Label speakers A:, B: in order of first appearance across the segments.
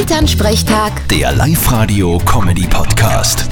A: Elternsprechtag,
B: Der Live-Radio-Comedy-Podcast.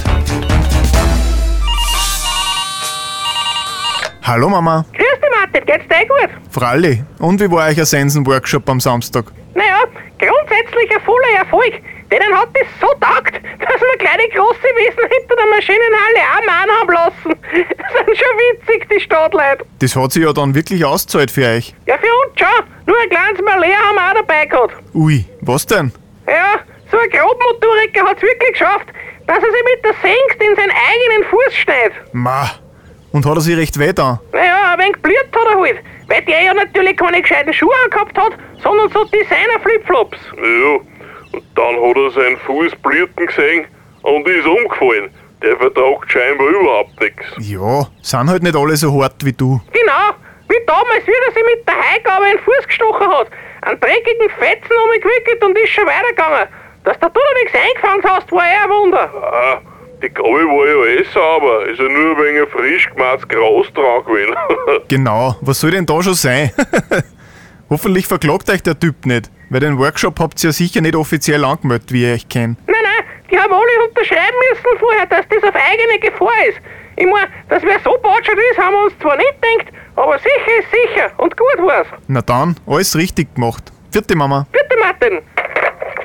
C: Hallo Mama,
D: Grüß dich, Martin, geht's dir eh gut?
C: Fralli, und wie war euch ein Sensen-Workshop am Samstag?
D: Naja, grundsätzlich ein voller Erfolg. Denen hat das so taugt, dass wir kleine große Wesen hinter der Maschinenhalle auch Mann haben lassen. Das sind schon witzig, die Stadtleute.
C: Das hat sich ja dann wirklich ausgezahlt für euch.
D: Ja, für uns schon. Nur ein kleines Malheur haben wir auch dabei gehabt.
C: Ui, was denn?
D: Ja, so ein Grobmotoriker hat's wirklich geschafft, dass er sich mit der Senkt in seinen eigenen Fuß schneidet.
C: Ma, und hat er sich recht weh da?
D: Naja, ein wenig blüht hat er halt, weil der ja natürlich keine gescheiten Schuhe angehabt hat, sondern so Designer-Flipflops.
E: Ja, und dann hat er seinen Fuß blirten gesehen und ist umgefallen. Der vertragt scheinbar überhaupt nichts.
C: Ja, sind halt nicht alle so hart wie du.
D: Genau, wie damals, wie er sich mit der Heigabe in den Fuß gestochen hat, einen dreckigen Fetzen umgewickelt und ist schon weitergegangen. Dass da du da nichts eingefangen hast, war eher ein Wunder.
E: Ah, die Gabe war ja eh sauber, ist ja nur ein wenig ein frisch gemachtes Gras dran gewesen.
C: Genau, was soll denn da schon sein? Hoffentlich verklagt euch der Typ nicht, weil den Workshop habt ihr ja sicher nicht offiziell angemeldet, wie ich euch kennt.
D: Nein, nein, die haben alle unterschreiben müssen vorher, dass das auf eigene Gefahr ist. Ich mein, dass wer so batschert ist, haben wir uns zwar nicht gedacht, aber sicher ist sicher und gut war's.
C: Na dann, alles richtig gemacht. Vierte Mama.
D: Bitte, Martin.